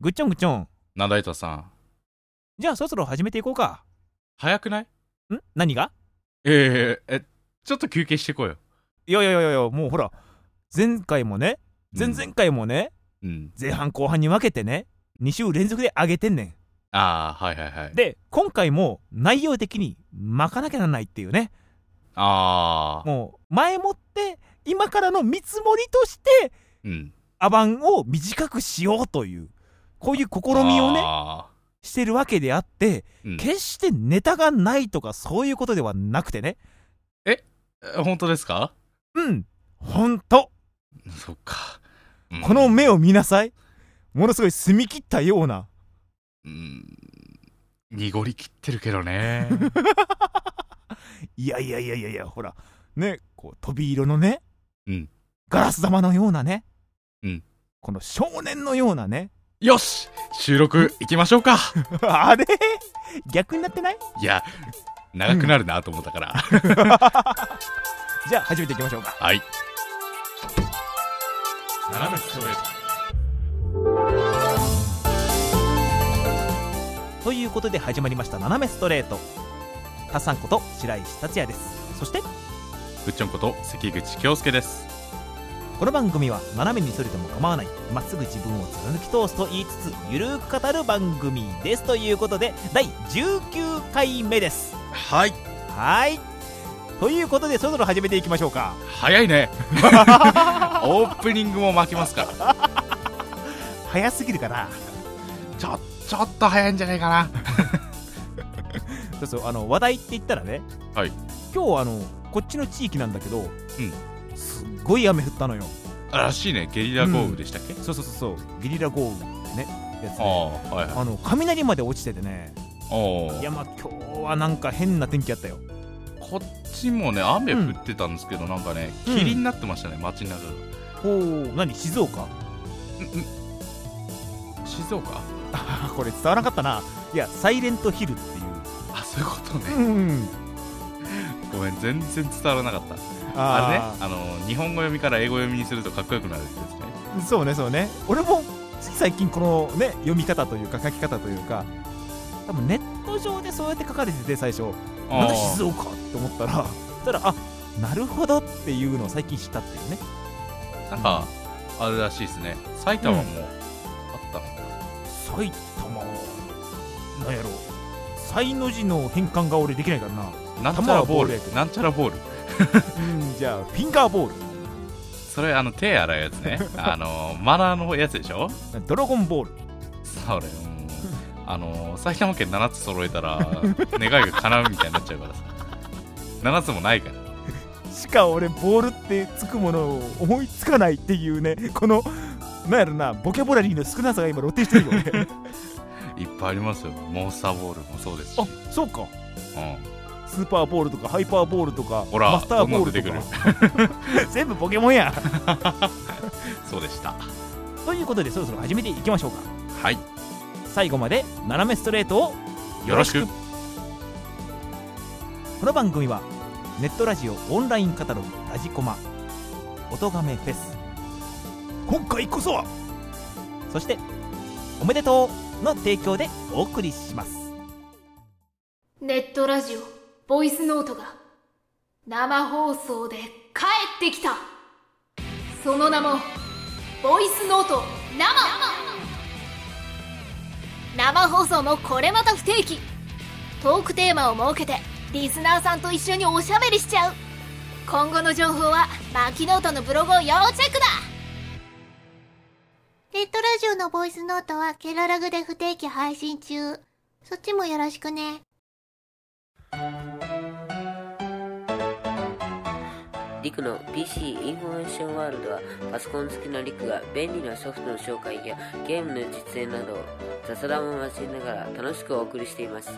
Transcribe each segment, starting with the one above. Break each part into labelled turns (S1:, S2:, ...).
S1: ぐっちょんぐっちょん。
S2: ナダイタさん、
S1: じゃあそろそろ始めていこうか。
S2: 早くない
S1: ん何が
S2: えええ、ちょっと休憩してこいよ。
S1: いやいやいやいや、もうほら、前回もね、
S2: うん
S1: 前々回もね、
S2: うん。
S1: 前半後半に分けてね、2週連続で上げてんね
S2: ああ、はいはいはい
S1: ん。。で、今回も内容的に巻かなきゃならないっていうね、
S2: ああ、
S1: もう前もって今からの見積もりとして、
S2: うん。
S1: アバンを短くしようという、こういう試みをね、
S2: あ
S1: してるわけであって、
S2: ーうん
S1: 決してネタがないとかそういうことではなくてね、
S2: え本当ですか
S1: うん、ほんと、
S2: そっか。うん
S1: この目を、見なさい。ものすごい澄み切ったような。
S2: うん、濁りきってるけどね。
S1: いやいやいやいやいや、ほら、ね、こう、飛び色のね、
S2: うん
S1: ガラス玉のようなね、
S2: うん
S1: この少年のようなね、
S2: よし収録行きましょうか
S1: あれ逆になってない
S2: いや、長くなるなと思ったから。
S1: じゃあ始めていきましょうか。
S2: はい。斜めストレート。
S1: ということで始まりました「斜めストレート」タさんこと白石達也ですそして
S2: ぐっちょんこと関口京介です。
S1: この番組は斜めにそれても構わないまっすぐ自分を貫き通すと言いつつゆるーく語る番組ですということで第19回目です
S2: はい。
S1: はいということでそろそろ始めていきましょうか
S2: 早いね。 オープニングも巻きますから。
S1: 早すぎるかな
S2: ちょ、ちょっと早いんじゃないかな。
S1: そうそうあの話題って言ったらね、
S2: はい、
S1: 今日あのこっちの地域なんだけど、すっごい雨降ったのよ
S2: あらしいね、ゲリラ豪雨でしたっけ、
S1: そうそうそうそうゲリラ豪雨ねやつ
S2: あ
S1: ね
S2: あ、はいはい。
S1: あの雷まで落ちててね
S2: お
S1: いやまあ今日はなんか変な天気やったよ
S2: こっちもね、雨降ってたんですけど、なんかね、
S1: うん
S2: 霧になってましたね、街の中が。
S1: ほう何静岡
S2: 静岡
S1: あこれ伝わらなかったないやサイレントヒルっていう
S2: あ、そういうことね。
S1: うん
S2: ごめん、全然伝わらなかった。あれね、あの、日本語読みから英語読みにするとかっこよくなるってですね。
S1: れねそうねそうね俺もつい最近このね読み方というか書き方というか多分ネット上でそうやって書かれてて最初なんで静岡って思ったらそしたらあなるほどっていうのを最近知ったっていうね
S2: なんか、あれらしいですね。埼玉もあったのか
S1: 埼玉なんやろ才の字の変換が俺できないからな
S2: な。なんちゃらボ
S1: 玉はボー
S2: ー
S1: ルやけ
S2: ル。なんちゃらボール。
S1: うんじゃあフィンガーボール
S2: それ、あの、手洗うやつね。あの、マナーのやつでしょ
S1: ドラゴンボール
S2: それ、もうあの、埼玉県7つ揃えたら、願いが叶うみたいになっちゃうからさ。7つもないから。
S1: しか俺ボールってつくものを思いつかないっていうねこのなんやろなボキャボラリーの少なさが今露呈してるよね
S2: いっぱいありますよ。モンスターボールもそうです し。
S1: あそうか
S2: うん、
S1: スーパーボールとかハイパーボールとか
S2: ほら
S1: マスターボール
S2: どんどん
S1: とか 全部ポケモンや
S2: そうでした。
S1: ということでそろそろ始めていきましょうか
S2: はい。
S1: 最後まで斜めストレートを
S2: よろしく。
S1: この番組はネットラジオオンラインカタログ「ラジコマ」「音がめフェス」今回こそはそして「おめでとう」の提供でお送りします
S3: ネットラジオ、ボイスノートが、生放送で帰ってきたその名も、ボイスノート生生放送もこれまた不定期トークテーマを設けて、リスナーさんと一緒におしゃべりしちゃう今後の情報は、マキノートのブログを要チェックだ
S4: ネットラジオのボイスノートはケララグで不定期配信中。そっちもよろしくね。
S5: リクの PC インフォメーションワールドはパソコン好きなリクが便利なソフトの紹介やゲームの実演など雑談を交えながら楽しくお送りしています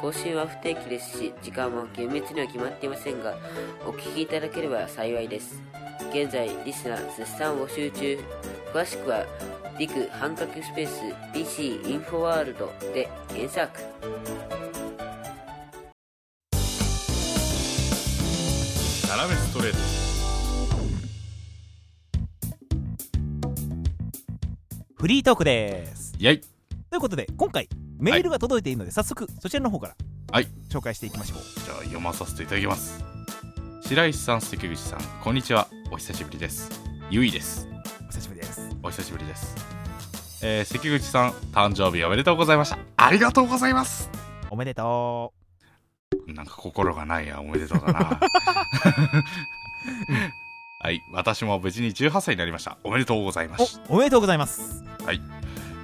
S5: 更新は不定期ですし時間も厳密には決まっていませんがお聞きいただければ幸いです現在リスナー絶賛募集中詳しくはリク半角スペース PC インフォワールドで検索
S2: 斜めストレート。
S1: フリートークです
S2: イやい
S1: ということで今回メールが届いているので、早速そちらの方から
S2: はい
S1: 紹介していきましょう
S2: じゃあ読まさせていただきます白石さん関口さんこんにちはお久しぶりですゆいです
S1: お久しぶりです
S2: お久しぶりです、えー、関口さん誕生日おめでとうございましたありがとうございます
S1: おめでと
S2: なんか心がないやおめでとうだなはい私も無事に18歳になりましたおめでとうございま
S1: う
S2: す
S1: おおめでとうございます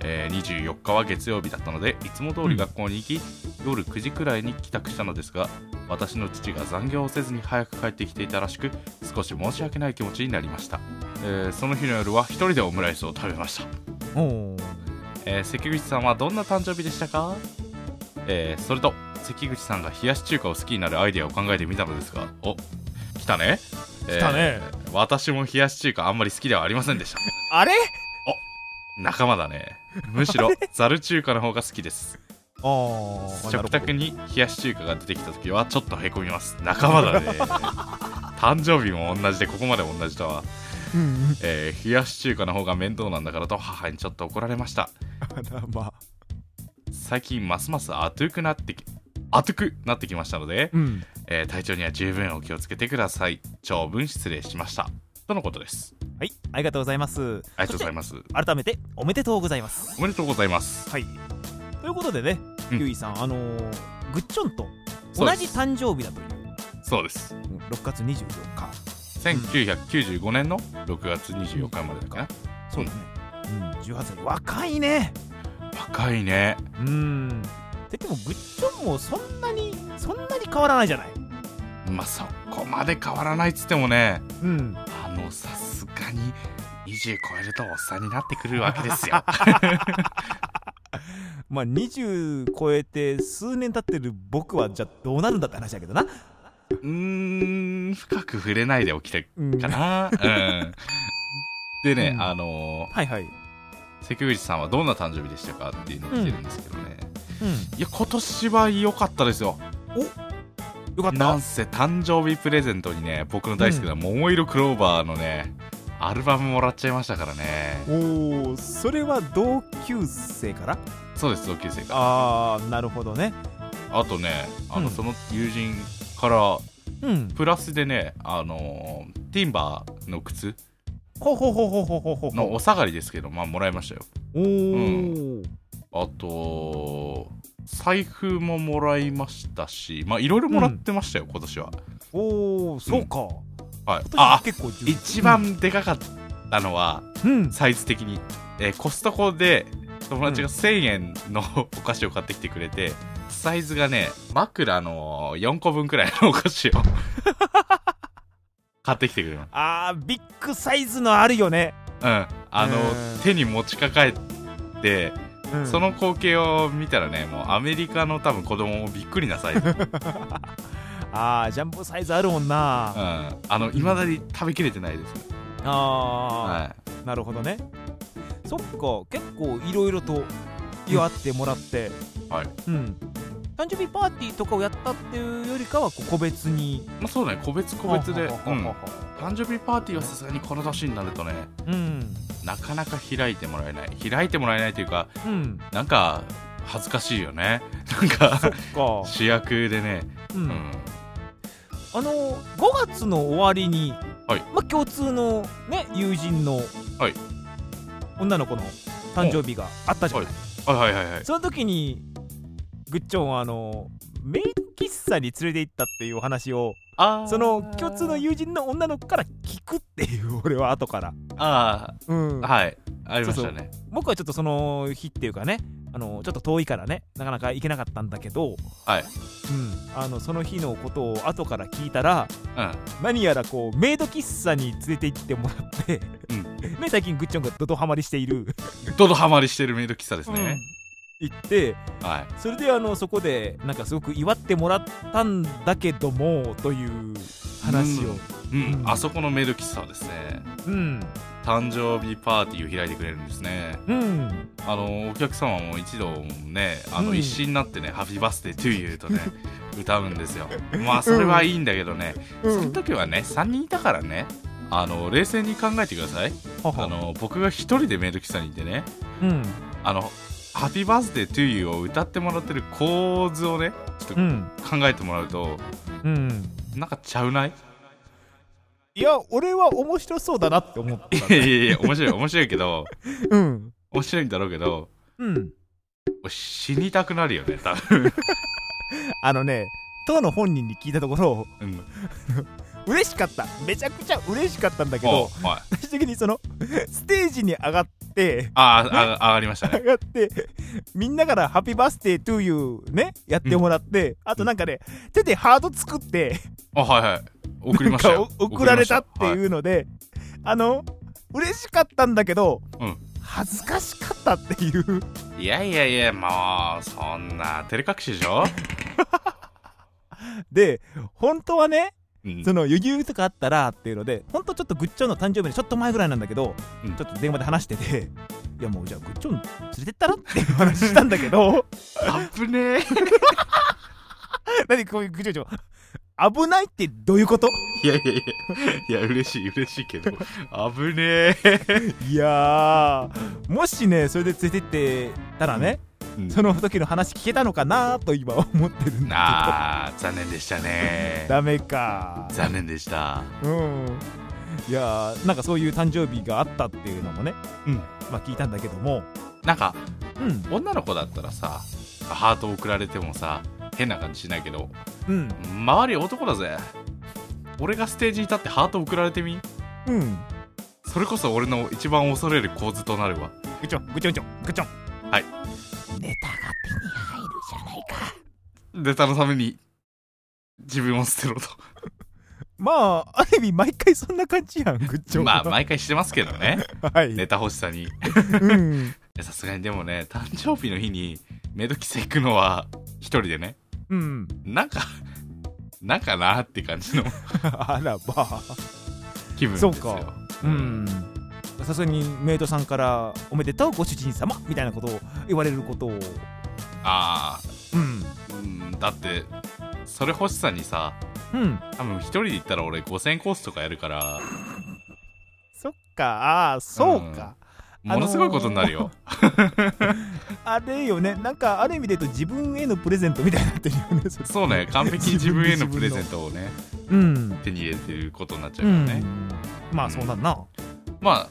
S2: えー24日は月曜日だったのでいつも通り学校に行き、夜9時くらいに帰宅したのですが私の父が残業をせずに早く帰ってきていたらしく少し申し訳ない気持ちになりました、えーその日の夜は一人でオムライスを食べました、
S1: おおー
S2: えー関口さんはどんな誕生日でしたか、えーそれと関口さんが冷やし中華を好きになるアイデアを考えてみたのですがお来たね
S1: 来たね
S2: えー私も冷やし中華あんまり好きではありませんでした
S1: あれ
S2: 仲間だね むしろざる中華の方が好きです
S1: あーなる
S2: 食
S1: ほど
S2: 卓に冷やし中華が出てきた時はちょっとへこみます仲 間だね誕生日も同じでここまで同じだわ、
S1: うんうん
S2: えー冷やし中華の方が面倒なんだからと母にちょっと怒られました
S1: あら まあ
S2: 最近ますますアトゥくなってきアトゥくなってきましたので、
S1: うん
S2: えー体調には十分お気をつけてください長文失礼しましたとのことです
S1: はいありがとうございます
S2: ありがとうござい
S1: ま
S2: ます
S1: す改めておめでとうございます
S2: おめでとうございます
S1: はいということでね、
S2: うん
S1: ゆいさんあのー、ぐっちょんと
S2: そう
S1: 同
S2: です
S1: じ誕生日だという
S2: そうです
S1: うん6月24日
S2: 1995年の6月24日までだかな
S1: そうだね、うん、18歳若いね
S2: 若いね
S1: うんででもぐっちょんもそんなにそんなに変わらないじゃない
S2: まあそこまで変わらないっつってもね
S1: うん
S2: あのさすがに20超えるとおっさんになってくるわけです よ
S1: まあ20超えて数年経ってる僕はじゃあどうなるんだって話だけどな
S2: うーん深く触れないでおきたい
S1: うん
S2: か
S1: は
S2: なうんでね、
S1: うん
S2: あの
S1: いはい
S2: ー関口さんはどんな誕生日でしたかっていうのを来てるんですけどね、
S1: うん
S2: いや今年は良かったですよ
S1: よかっ
S2: な
S1: た
S2: んせ誕生日プレゼントにね僕の大好きな桃色クローバーのね、アルバムもらっちゃいましたからね
S1: おおそれは同級生から
S2: そうです同級生が
S1: ああなるほどね
S2: あとねあの、
S1: うん
S2: その友人から
S1: うん
S2: プラスでねあのーティンバーの靴
S1: ほうほうほうほうほうほうほう
S2: のお下がりですけどまあもらいましたよ
S1: おお、
S2: んあと財布ももらいましたしまあいろいろもらってましたよ、今年は
S1: おおそうか、
S2: はい
S1: 今年は
S2: あ
S1: 結構重要
S2: 一番でかかったのは
S1: うん
S2: サイズ的に、えーコストコで友達が1000円のお菓子を買ってきてくれてサイズがね枕の4個分くらいのお菓子を 買ってきてくれま
S1: あービッグサイズのあるよね、
S2: うん、あの、
S1: うん
S2: 手に持ちかかえて、その光景を見たらねもうアメリカの多分子供もびっくりな さい、うん、
S1: あージャンボサイズあるもんな、
S2: あのいまだに食べきれてないです、
S1: あ
S2: は
S1: ー、なるほどねそっか結構いろいろと祝ってもらって、
S2: はい
S1: うん誕生日パーティーとかをやったっていうよりかはこう個別に
S2: いまあ、そうだね個別個別で、うん
S1: は、ははは
S2: 誕生日パーティーはさすがにこの年になるとね
S1: うん
S2: なかなか開いてもらえない開いてもらえないというか
S1: うん
S2: なんか恥ずかしいよねなんか
S1: そっか、
S2: 主役でね、
S1: う
S2: うんん
S1: あの5月の終わりに、
S2: はい
S1: まあ、共通の、ね、友人の、
S2: はい
S1: 女の子の誕生日があったじゃない、
S2: はいはいはいはい
S1: その時にグッチョンはあのメイド喫茶に連れて行ったっていうお話を
S2: あー
S1: その共通の友人の女の子から聞くっていう俺は後から、
S2: あ
S1: うん
S2: あはいありましたね
S1: 僕はちょっとその日っていうかねあのちょっと遠いからねなかなか行けなかったんだけど、
S2: は
S1: う
S2: い
S1: ん、あのその日のことを後から聞いたら
S2: うん
S1: 何やらこうメイド喫茶に連れて行ってもらって、
S2: う
S1: ね最近グッチョンがドドハマりしている、
S2: どどハマりしてるメイド喫茶ですね、
S1: 行って
S2: はい
S1: それであのそこでなんかすごく祝ってもらったんだけどもという話を
S2: うん、
S1: うん
S2: あそこのメール喫茶はですね
S1: うん
S2: 誕生日パーティーを開いてくれるんですね
S1: うん
S2: あのお客様も一度ねあ
S1: う
S2: の
S1: ん
S2: 一心になってね「ハッピーバースデートゥーユー」とね歌うんですよまあそれはいいんだけどね、
S1: うん
S2: その時はね3人いたからねあの冷静に考えてください
S1: は
S2: あ
S1: は
S2: の僕が1人でメール喫茶にいてね
S1: うん
S2: あの「ハッピーバースデートゥーユー」を歌ってもらってる構図をねちょっ
S1: う
S2: と
S1: ん
S2: 考えてもらうと、
S1: うん
S2: なんかちゃ うない
S1: いや俺は面白そうだなって思っ
S2: い
S1: た
S2: やいやいや 面白い面白いけど
S1: うん
S2: 面白いんだろうけど
S1: うん
S2: 死にたくなるよね多分、
S1: あのね当の本人に聞いたところ
S2: うん、
S1: 嬉しかっためちゃくちゃ嬉しかったんだけ
S2: お
S1: ど
S2: うおいあ
S1: 最終的にそのステージに上がって
S2: ああ上がりました
S1: 上
S2: ね
S1: がってみんなから「ハッピーバースデートゥーユー」ねやってもらって、あとなんかね手でハート作って
S2: あはいはい送りました
S1: が
S2: よ
S1: 送られたって
S2: 送りまし
S1: いうので、あの嬉しかったんだけど、
S2: うん
S1: 恥ずかしかったっていう
S2: たはい、いやいやいやもうそんな照れ隠しでしょ、
S1: で本当はね
S2: うん
S1: その余裕とかあったらっていうので本当ちょっとグッチョンの誕生日のちょっと前ぐらいなんだけど、
S2: うん
S1: ちょっと電話で話してていやもうじゃあグッチョン連れてったらっていう話したんだけ ど
S2: あぶねえ
S1: 何こういうグッチョンちょ危ないってどういうこと
S2: いやいやいや、いや、嬉しい、嬉しいけど、危ね え。
S1: いやーもしねそれで連れてってたらね、
S2: うん
S1: その時の話聞けたのかなと今思ってるんだ
S2: ああ、残念でした
S1: け
S2: ね
S1: ど。ダメか
S2: 残念でした。
S1: うんいやーなんかそういう誕生日があったっていうのもね、
S2: うん
S1: まあ聞いたんだけども
S2: なんか、
S1: うん
S2: 女の子だったらさ、ハート送られてもさ、変な感じしないけど、
S1: うん
S2: 周り男だぜ。俺がステージに立ってハート送られてみ
S1: うん
S2: それこそ俺の一番恐れる構図となるわ。
S1: ぐちょんぐちょんぐちょんぐちょん
S2: はい
S1: ネタが手に入るじゃないか
S2: ネタのために、自分を捨てろと。
S1: まあある意味毎回そんな感じやんぐ ちょん
S2: まあ、毎回してますけどね。
S1: はい、
S2: ネタ欲しさに。い
S1: うん
S2: やさすがにでもね、誕生日の日にメイド喫茶行くのは、一人でね。
S1: うん
S2: なんか、 なんかなって感じの
S1: あらば
S2: 気分ですよ。
S1: そうかうんさすがにメイドさんから「おめでとうご主人様」みたいなことを言われることを
S2: あ
S1: うん
S2: あ、うん、だって、それ欲しさにさ、
S1: うん
S2: 多分一人で行ったら俺5000コースとかやるから、
S1: そっかああそうか、
S2: ものすごいことになるよ。
S1: あれよねなんかある意味で言うと自分へのプレゼントみたいになってるよねそれ
S2: そ うね、完璧に自分へのプレゼントをね、
S1: うん
S2: 手に入れてることになっちゃう
S1: う
S2: から
S1: ん、
S2: ね。
S1: まあそうなんな
S2: まあ、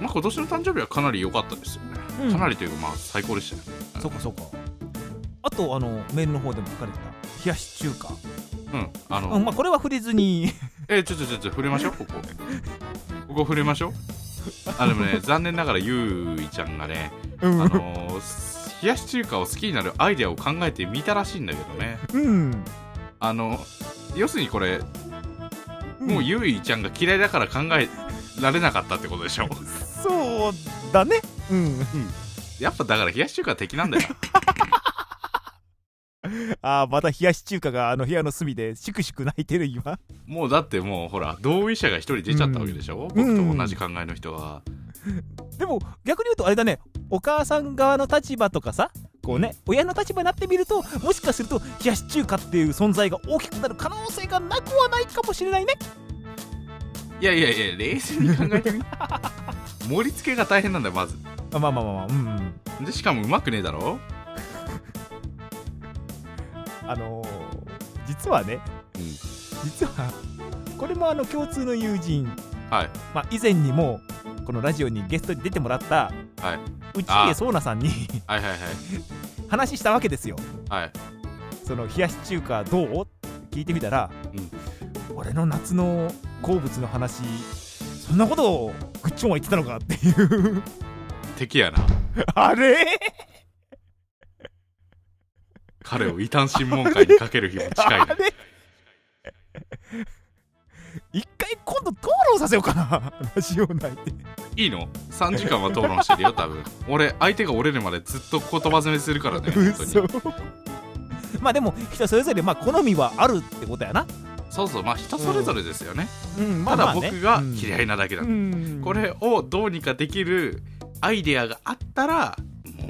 S2: まあ今年の誕生日はかなり良かったですよね。
S1: うん
S2: かなりというか、まあ最高でしたよね。
S1: そうかそうかあとあのメールの方でも書かれてた冷やし中華、
S2: うん。あの、
S1: うんまあこれは触れずに
S2: えー、ちょちょちょちょ触れましょうここここ触れましょうあでもね残念ながらゆういちゃんがね、
S1: う
S2: あ
S1: ん
S2: のー冷やし中華を好きになるアイデアを考えてみたらしいんだけどね
S1: うん
S2: あの要するにこれもうゆういちゃんが嫌いだから考えられなかったってことでしょ
S1: そうだねうん
S2: やっぱだから冷やし中華は敵なんだよ
S1: ああまた冷やし中華があの部屋の隅でしくしく泣いてる今
S2: もうだってもうほら同意者が一人出ちゃったわけでしょ、
S1: うん
S2: 僕と同じ考えの人は
S1: でも逆に言うとあれだねお母さん側の立場とかさこうね親の立場になってみるともしかすると冷やし中華っていう存在が大きくなる可能性がなくはないかもしれないね
S2: いやいやいや冷静に考えてみ 盛り付けが大変なんだよまず
S1: あまあまあまあまあうん、うん、
S2: でしかもうまくねえだろ
S1: あのー、実はね
S2: うん
S1: 実はこれもあの共通の友人、
S2: はい
S1: まあ、以前にもこのラジオにゲストに出てもらった、
S2: はい、
S1: 内
S2: あ
S1: 家蒼菜さんに
S2: はいはいはい
S1: 話したわけですよ
S2: はい
S1: その冷やし中華どうって聞いてみたら、
S2: うん
S1: 俺の夏の好物の話そんなことをグッチョンは言ってたのかっていう
S2: 敵やな
S1: あれ
S2: 彼を異端審問会にかける日も近い
S1: あ
S2: ね
S1: れ一回今度討論させようかなラジオ内で
S2: いいの ?3 時間は討論してるよ多分 俺相手が折れるまでずっと言葉詰めするからね本当に
S1: 嘘まあでも人それぞれまあ好みはあるってことやな、
S2: そうそうまあ人それぞれですよね、
S1: うん
S2: ただ僕が嫌
S1: い
S2: いなだけだ、
S1: うん
S2: これをどうにかできるアイデアがあったら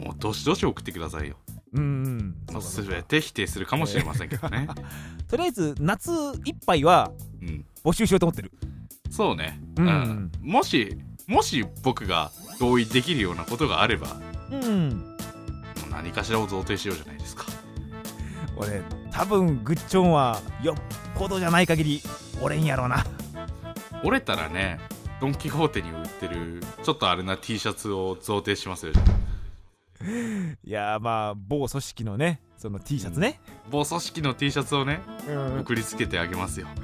S2: もうどしどし送ってくださいよ
S1: うん
S2: もう
S1: そうだ
S2: 全て否定するかもしれませんけどね、
S1: とりあえず夏一杯は
S2: うん、
S1: 募集しようと思ってる
S2: そうね、
S1: うん
S2: もしもし僕が同意できるようなことがあれば
S1: うん
S2: 何かしらを贈呈しようじゃないですか
S1: 俺多分グッチョンはよっぽどじゃない限り折れんやろうな
S2: 折れたらねドン・キホーテに売ってるちょっとあれな T シャツを贈呈しますよじゃあ
S1: いやーまあ某組織のねその T シャツね、
S2: 某組織の T シャツをね
S1: うん
S2: 送りつけてあげますよ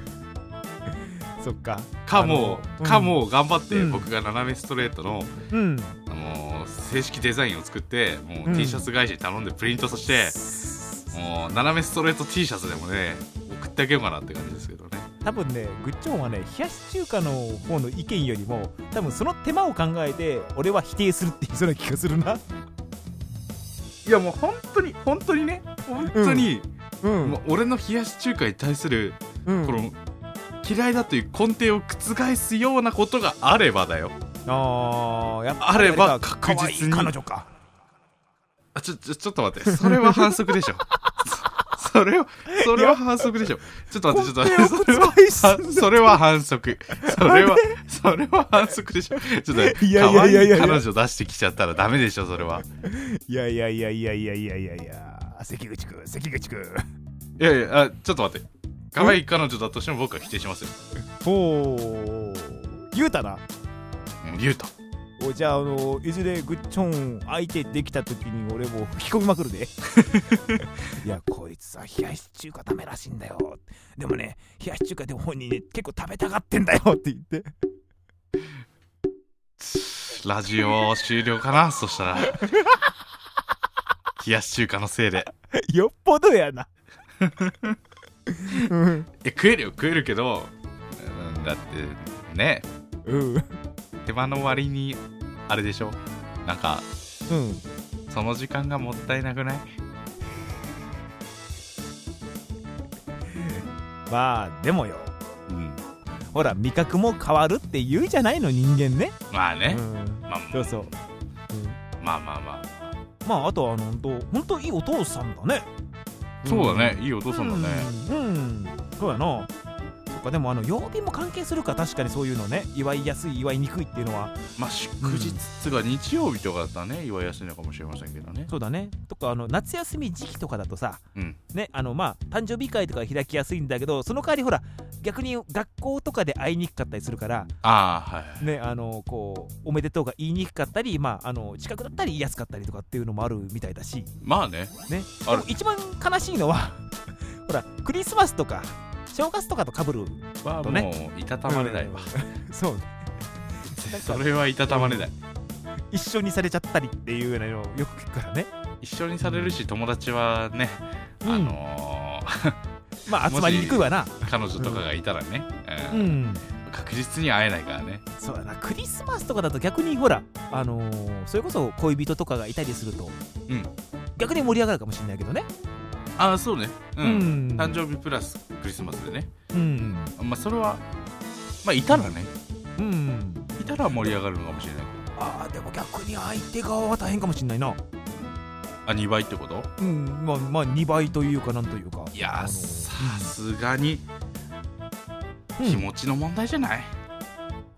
S1: そっか
S2: かも
S1: あの
S2: かも頑張って
S1: うん
S2: 僕が斜めストレートの、
S1: うん
S2: あのー正式デザインを作っても
S1: う
S2: うん T シャツ会社に頼んでプリントさせて、もう斜めストレート T シャツでもね送ってあげようかなって感じですけどね
S1: 多分ねグッチョンはね冷やし中華の方の意見よりも多分その手間を考えて俺は否定するって言いそうな気がするない
S2: やもう本当に本当にね本当に、
S1: う
S2: もう俺の冷やし中華に対する
S1: うん
S2: この嫌いだという根底を覆すようなことがあればだよ
S1: あーやっぱ
S2: あれば
S1: 誰か可愛い
S2: 確実に
S1: 彼女か
S2: あちょちょちょっと待ってそれは反則でしょ そそれはそれは反則でしょちょっと待ってちょっと待ってそれは
S1: は
S2: はそれは反則それはそれは反則でしょちょっと待って
S1: いやいやいやいや
S2: 可愛彼女出してきちゃったらダメでしょそれはい
S1: やいやいやいやいやいやいやいや関口くん関口くん
S2: いやいやあちょっと待って可愛い彼女だとしても僕は否定しますよ
S1: ほう言うたな
S2: うん言うと
S1: おじゃあ、あのいずれグッチョン相手できた時に俺も吹き込みまくるでいやこいつさ冷やし中華ダメらしいんだよでもね冷やし中華でも本人ね結構食べたがってんだよって言って
S2: ラジオ終了かなそしたら冷やし中華のせいで
S1: よっぽどやなうん
S2: え食えるよ食えるけど、うん、だってね
S1: うん
S2: 手間の割にあれでしょなんか
S1: うん
S2: その時間がもったいなくない
S1: まあでもよ
S2: うん
S1: ほら味覚も変わるって言うじゃないの人間ね
S2: まあね
S1: う、ん、
S2: まあ
S1: そうそう、うん、
S2: まあまあまあ
S1: まああとはあのほんとほんといいお父さんだね
S2: そうだねいいお父さんだね
S1: うん、うんそうやなそっかでもあの曜日も関係するか確かにそういうのね祝いやすい祝いにくいっていうのは
S2: まあ祝日っつうか日曜日とかだったらね祝いやすいのかもしれませんけどね
S1: そうだねとかあの夏休み時期とかだとさ
S2: うん
S1: ねあのまあ誕生日会とか開きやすいんだけどその代わりほら逆に学校とかで会いにくかったりするから
S2: ああはいはい
S1: ねあのこうおめでとうが言いにくかったりまああの近くだったり言いやすかったりとかっていうのもあるみたいだし
S2: まあね
S1: ね
S2: ある
S1: でも一番悲しいのは ほらクリスマスとか正月とかとかぶる
S2: まあ
S1: とね
S2: もういたたまれないわ、
S1: そう
S2: それはいたたまれない
S1: 一緒にされちゃったりっていうようなのをよく聞くからね
S2: 一緒にされるし友達はね、
S1: うん
S2: あの
S1: まあ集まりにくいわな
S2: ー彼女とかがいたらね、
S1: う
S2: うん
S1: ん
S2: 確実に会えないからね
S1: そうだなクリスマスとかだと逆にほらあのーそれこそ恋人とかがいたりすると、
S2: うん
S1: 逆に盛り上がるかもしれないけどね
S2: ああそうねうん、
S1: うん
S2: 誕生日プラスクリスマスでね
S1: うん
S2: まあそれはまあいたらね
S1: うん
S2: いたら盛り上がるのかもしれない
S1: あーでも逆に相手側は大変かもしれないな
S2: あ2倍ってこと
S1: うんまあまあ2倍というかなんというか
S2: いや
S1: あ
S2: ー
S1: の
S2: さすがに
S1: うん
S2: 気持ちの問題じゃない、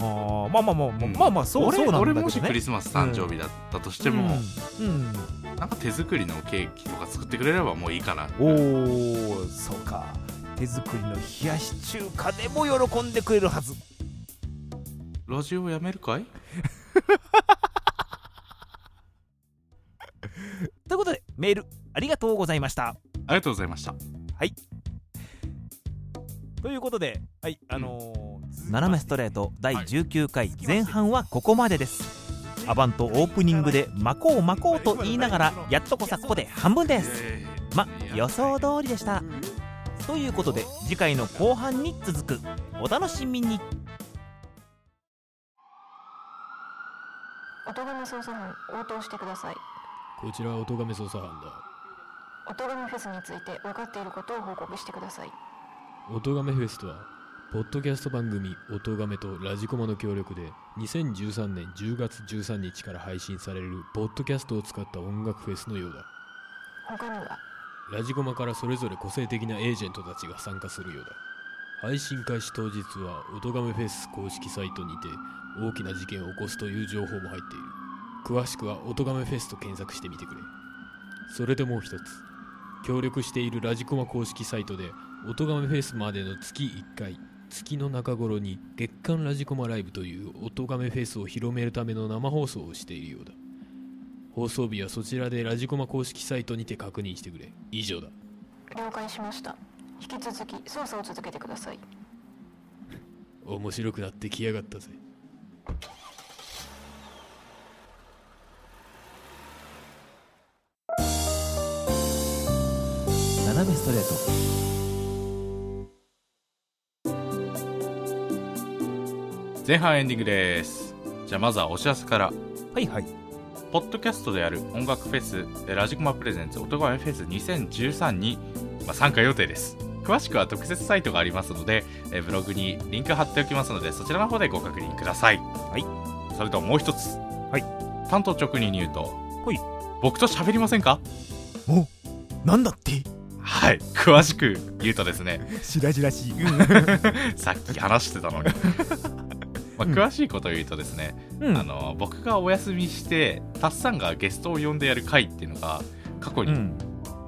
S1: あーまあまあまあまあ、
S2: うん
S1: まあまあそう
S2: 俺
S1: そうなんだけ
S2: 俺
S1: どね
S2: もしクリスマス誕生日だったとしても、
S1: うん、うん
S2: なんか手作りのケーキとか作ってくれればもういいかな
S1: おおそうか手作りの冷やし中華でも喜んでくれるはず
S2: ラジオやめるかい
S1: ということでメールありがとうございました
S2: ありがとうございました
S1: ということではいあのー
S6: 斜めス
S1: ス
S6: トレート第19回前半はここまでですアバンとオープニングで「巻こう巻こう」と言いながらやっとこさここで半分ですま予想通りでしたということで次回の後半に続くお楽しみに
S7: お咎め捜査班応答してください
S8: こちらは音亀捜査班だ
S7: お咎めフェスについて分かっていることを報告してください
S8: 音亀フェスとはポッドキャスト番組「音亀」とラジコマの協力で2013年10月13日から配信されるポッドキャストを使った音楽フェスのようだ
S7: 他には
S8: ラジコマからそれぞれ個性的なエージェントたちが参加するようだ配信開始当日は音亀フェス公式サイトにて大きな事件を起こすという情報も入っている詳しくは「音亀フェス」と検索してみてくれそれでもう一つ協力しているラジコマ公式サイトで「音亀フェス」までの月1回月の中頃に月間ラジコマライブという音亀フェスを広めるための生放送をしているようだ放送日はそちらでラジコマ公式サイトにて確認してくれ以上だ
S7: 了解しました引き続き捜査を続けてください
S8: 面白くなってきやがったぜ
S1: 斜めストレート
S2: 前半エンディングですじゃあまずはお知らせから
S1: はいはい
S2: ポッドキャストである音楽フェスえーラジコマプレゼンツ音めフェス2013に、まあ、参加予定です詳しくは特設サイトがありますのでえーブログにリンク貼っておきますのでそちらの方でご確認くださいはいそれともう一つ
S1: はい
S2: 担当直入に言うと
S1: はい
S2: 僕と喋りませんか
S1: おなんだって
S2: はい詳しく言うとですね
S1: しらじらしい、
S2: さっき話してたのに ま
S1: う
S2: あ
S1: ん
S2: 詳しいことを言うとですね、
S1: うん、
S2: あの僕がお休みしてタッサンがゲストを呼んでやる回っていうのが過去
S1: う
S2: に
S1: ん、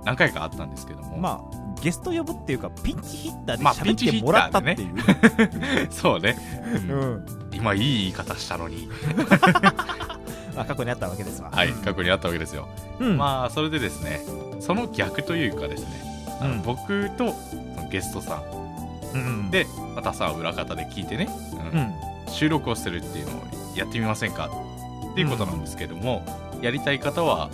S2: 何回かあったんですけども、
S1: まあゲスト呼ぶっていうかピンチヒッターで
S2: まあピンチ
S1: 喋っ
S2: ヒ
S1: て
S2: ッ
S1: もらっ
S2: タ
S1: た
S2: ー
S1: っ
S2: で
S1: て
S2: ね
S1: いう、
S2: そうね、うん
S1: うん、
S2: 今いい言い方したのに
S1: あ過去にあったわけですわ
S2: はい過去にあったわけですよ、
S1: うん
S2: まあそれでですねその逆というかですねあの、
S1: うん
S2: 僕とそのゲストさん
S1: うん
S2: で、まあ、タッサンは裏方で聞いてね、うん
S1: うん
S2: 収録をするっていうのをやってみませんかっていうことなんですけども、やりたい方は、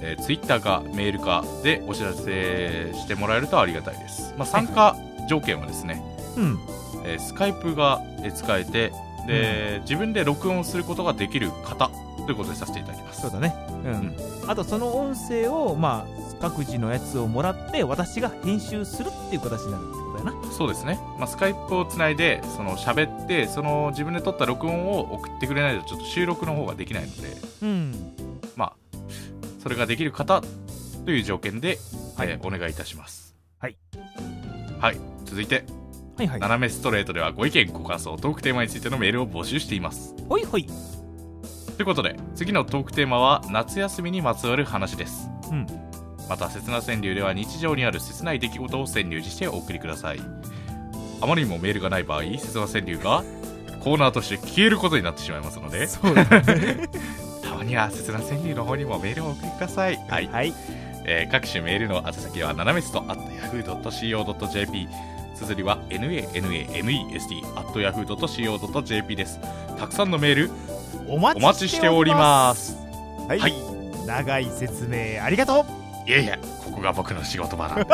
S2: えー、Twitter かメールかでお知らせしてもらえるとありがたいです、まあ、参加条件はですね、
S1: うん
S2: えー、スカイプがえー使えてで、自分で録音することができる方ということでさせていただきます
S1: そうだねうん、あとその音声をまあ各自のやつをもらって私が編集するっていう形になるってことだよな
S2: そうですね、まあ、スカイプをつないでその喋ってその自分で撮った録音を送ってくれないとちょっと収録の方ができないので
S1: うん
S2: まあ、それができる方という条件で、
S1: はい
S2: えーお願いいたします。
S1: はい。
S2: はい。続いて、
S1: はいはい
S2: 斜めストレートではご意見、ご感想、トークテーマについてのメールを募集しています。
S1: ほいほい
S2: ということで、次のトークテーマは、夏休みにまつわる話です。
S1: うん
S2: また、切な川柳では日常にある切ない出来事を川柳にしてお送りください。あまりにもメールがない場合、切な川柳がコーナーとして消えることになってしまいますので、
S1: そうだね
S2: たまには切な川柳の方にもメールをお送りください。はい。
S1: はい
S2: えー各種メールの宛先は斜めすと at yahoo.co.jp 綴りは nanamesd at yahoo.co.jp ですたくさんのメール
S1: お
S2: お
S1: 待
S2: 待ちしております
S1: はい、
S2: はい
S1: 長い説明ありがとう
S2: いやいやここが僕の仕事場 なんでこ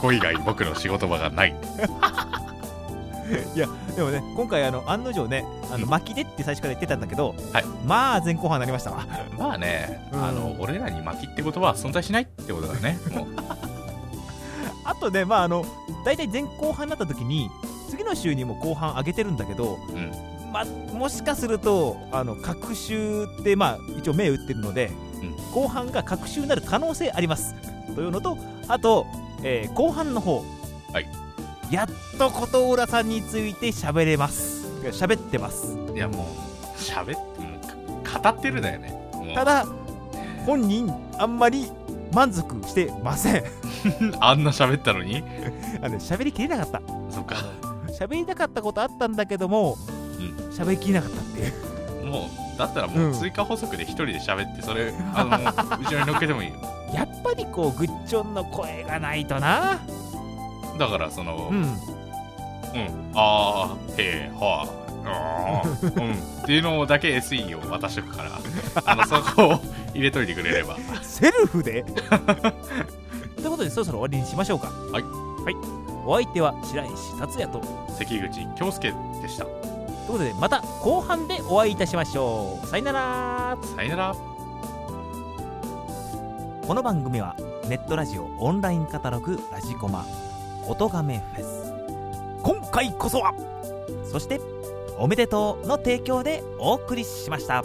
S2: こ以外僕の仕事場がない
S1: でもね今回あの案の定ねあの
S2: うん
S1: 巻きでって最初から言ってたんだけど、
S2: はい
S1: まあ前後半になりましたわ
S2: まあね、
S1: うん
S2: あの俺らに巻きってことは存在しないってことだねもう
S1: あとねまああの大体前後半になった時に次の週にも後半上げてるんだけど、
S2: うん
S1: まあもしかするとあの隔週ってまあ一応銘打ってるので、
S2: うん
S1: 後半が隔週になる可能性あります というのとあと、えー後半の方、
S2: はい
S1: やっと琴浦さんについて喋れますいや喋ってます
S2: いやもう喋ってもうか語ってるだよねもう
S1: ただ本人あんまり満足してません
S2: あんな喋ったのに
S1: あのね喋りきれなかった
S2: そっか
S1: 喋りたかったことあったんだけども
S2: ん
S1: 喋、りきれなかったっていう
S2: もうだったらもう追加補足で一人で喋って それ、あの後ろに乗っけてもいいよ
S1: やっぱりこうグッチョンの声がないとな
S2: だからその、
S1: うん
S2: うん、あーへーはーうーんうんっていうのだけ SE を渡しとくからあのそこを入れといてくれれば
S1: セルフでということでそろそろ終わりにしましょうかはいはいお相手は白石達也とという
S2: 関口京介でした
S1: ことでまた後半でお会いいたしましょうさよなら
S2: さよなら
S6: この番組はネットラジオオンラインカタログラジコマ「音亀フェス
S1: 今回こそは」
S6: そして「おめでとう」の提供でお送りしました。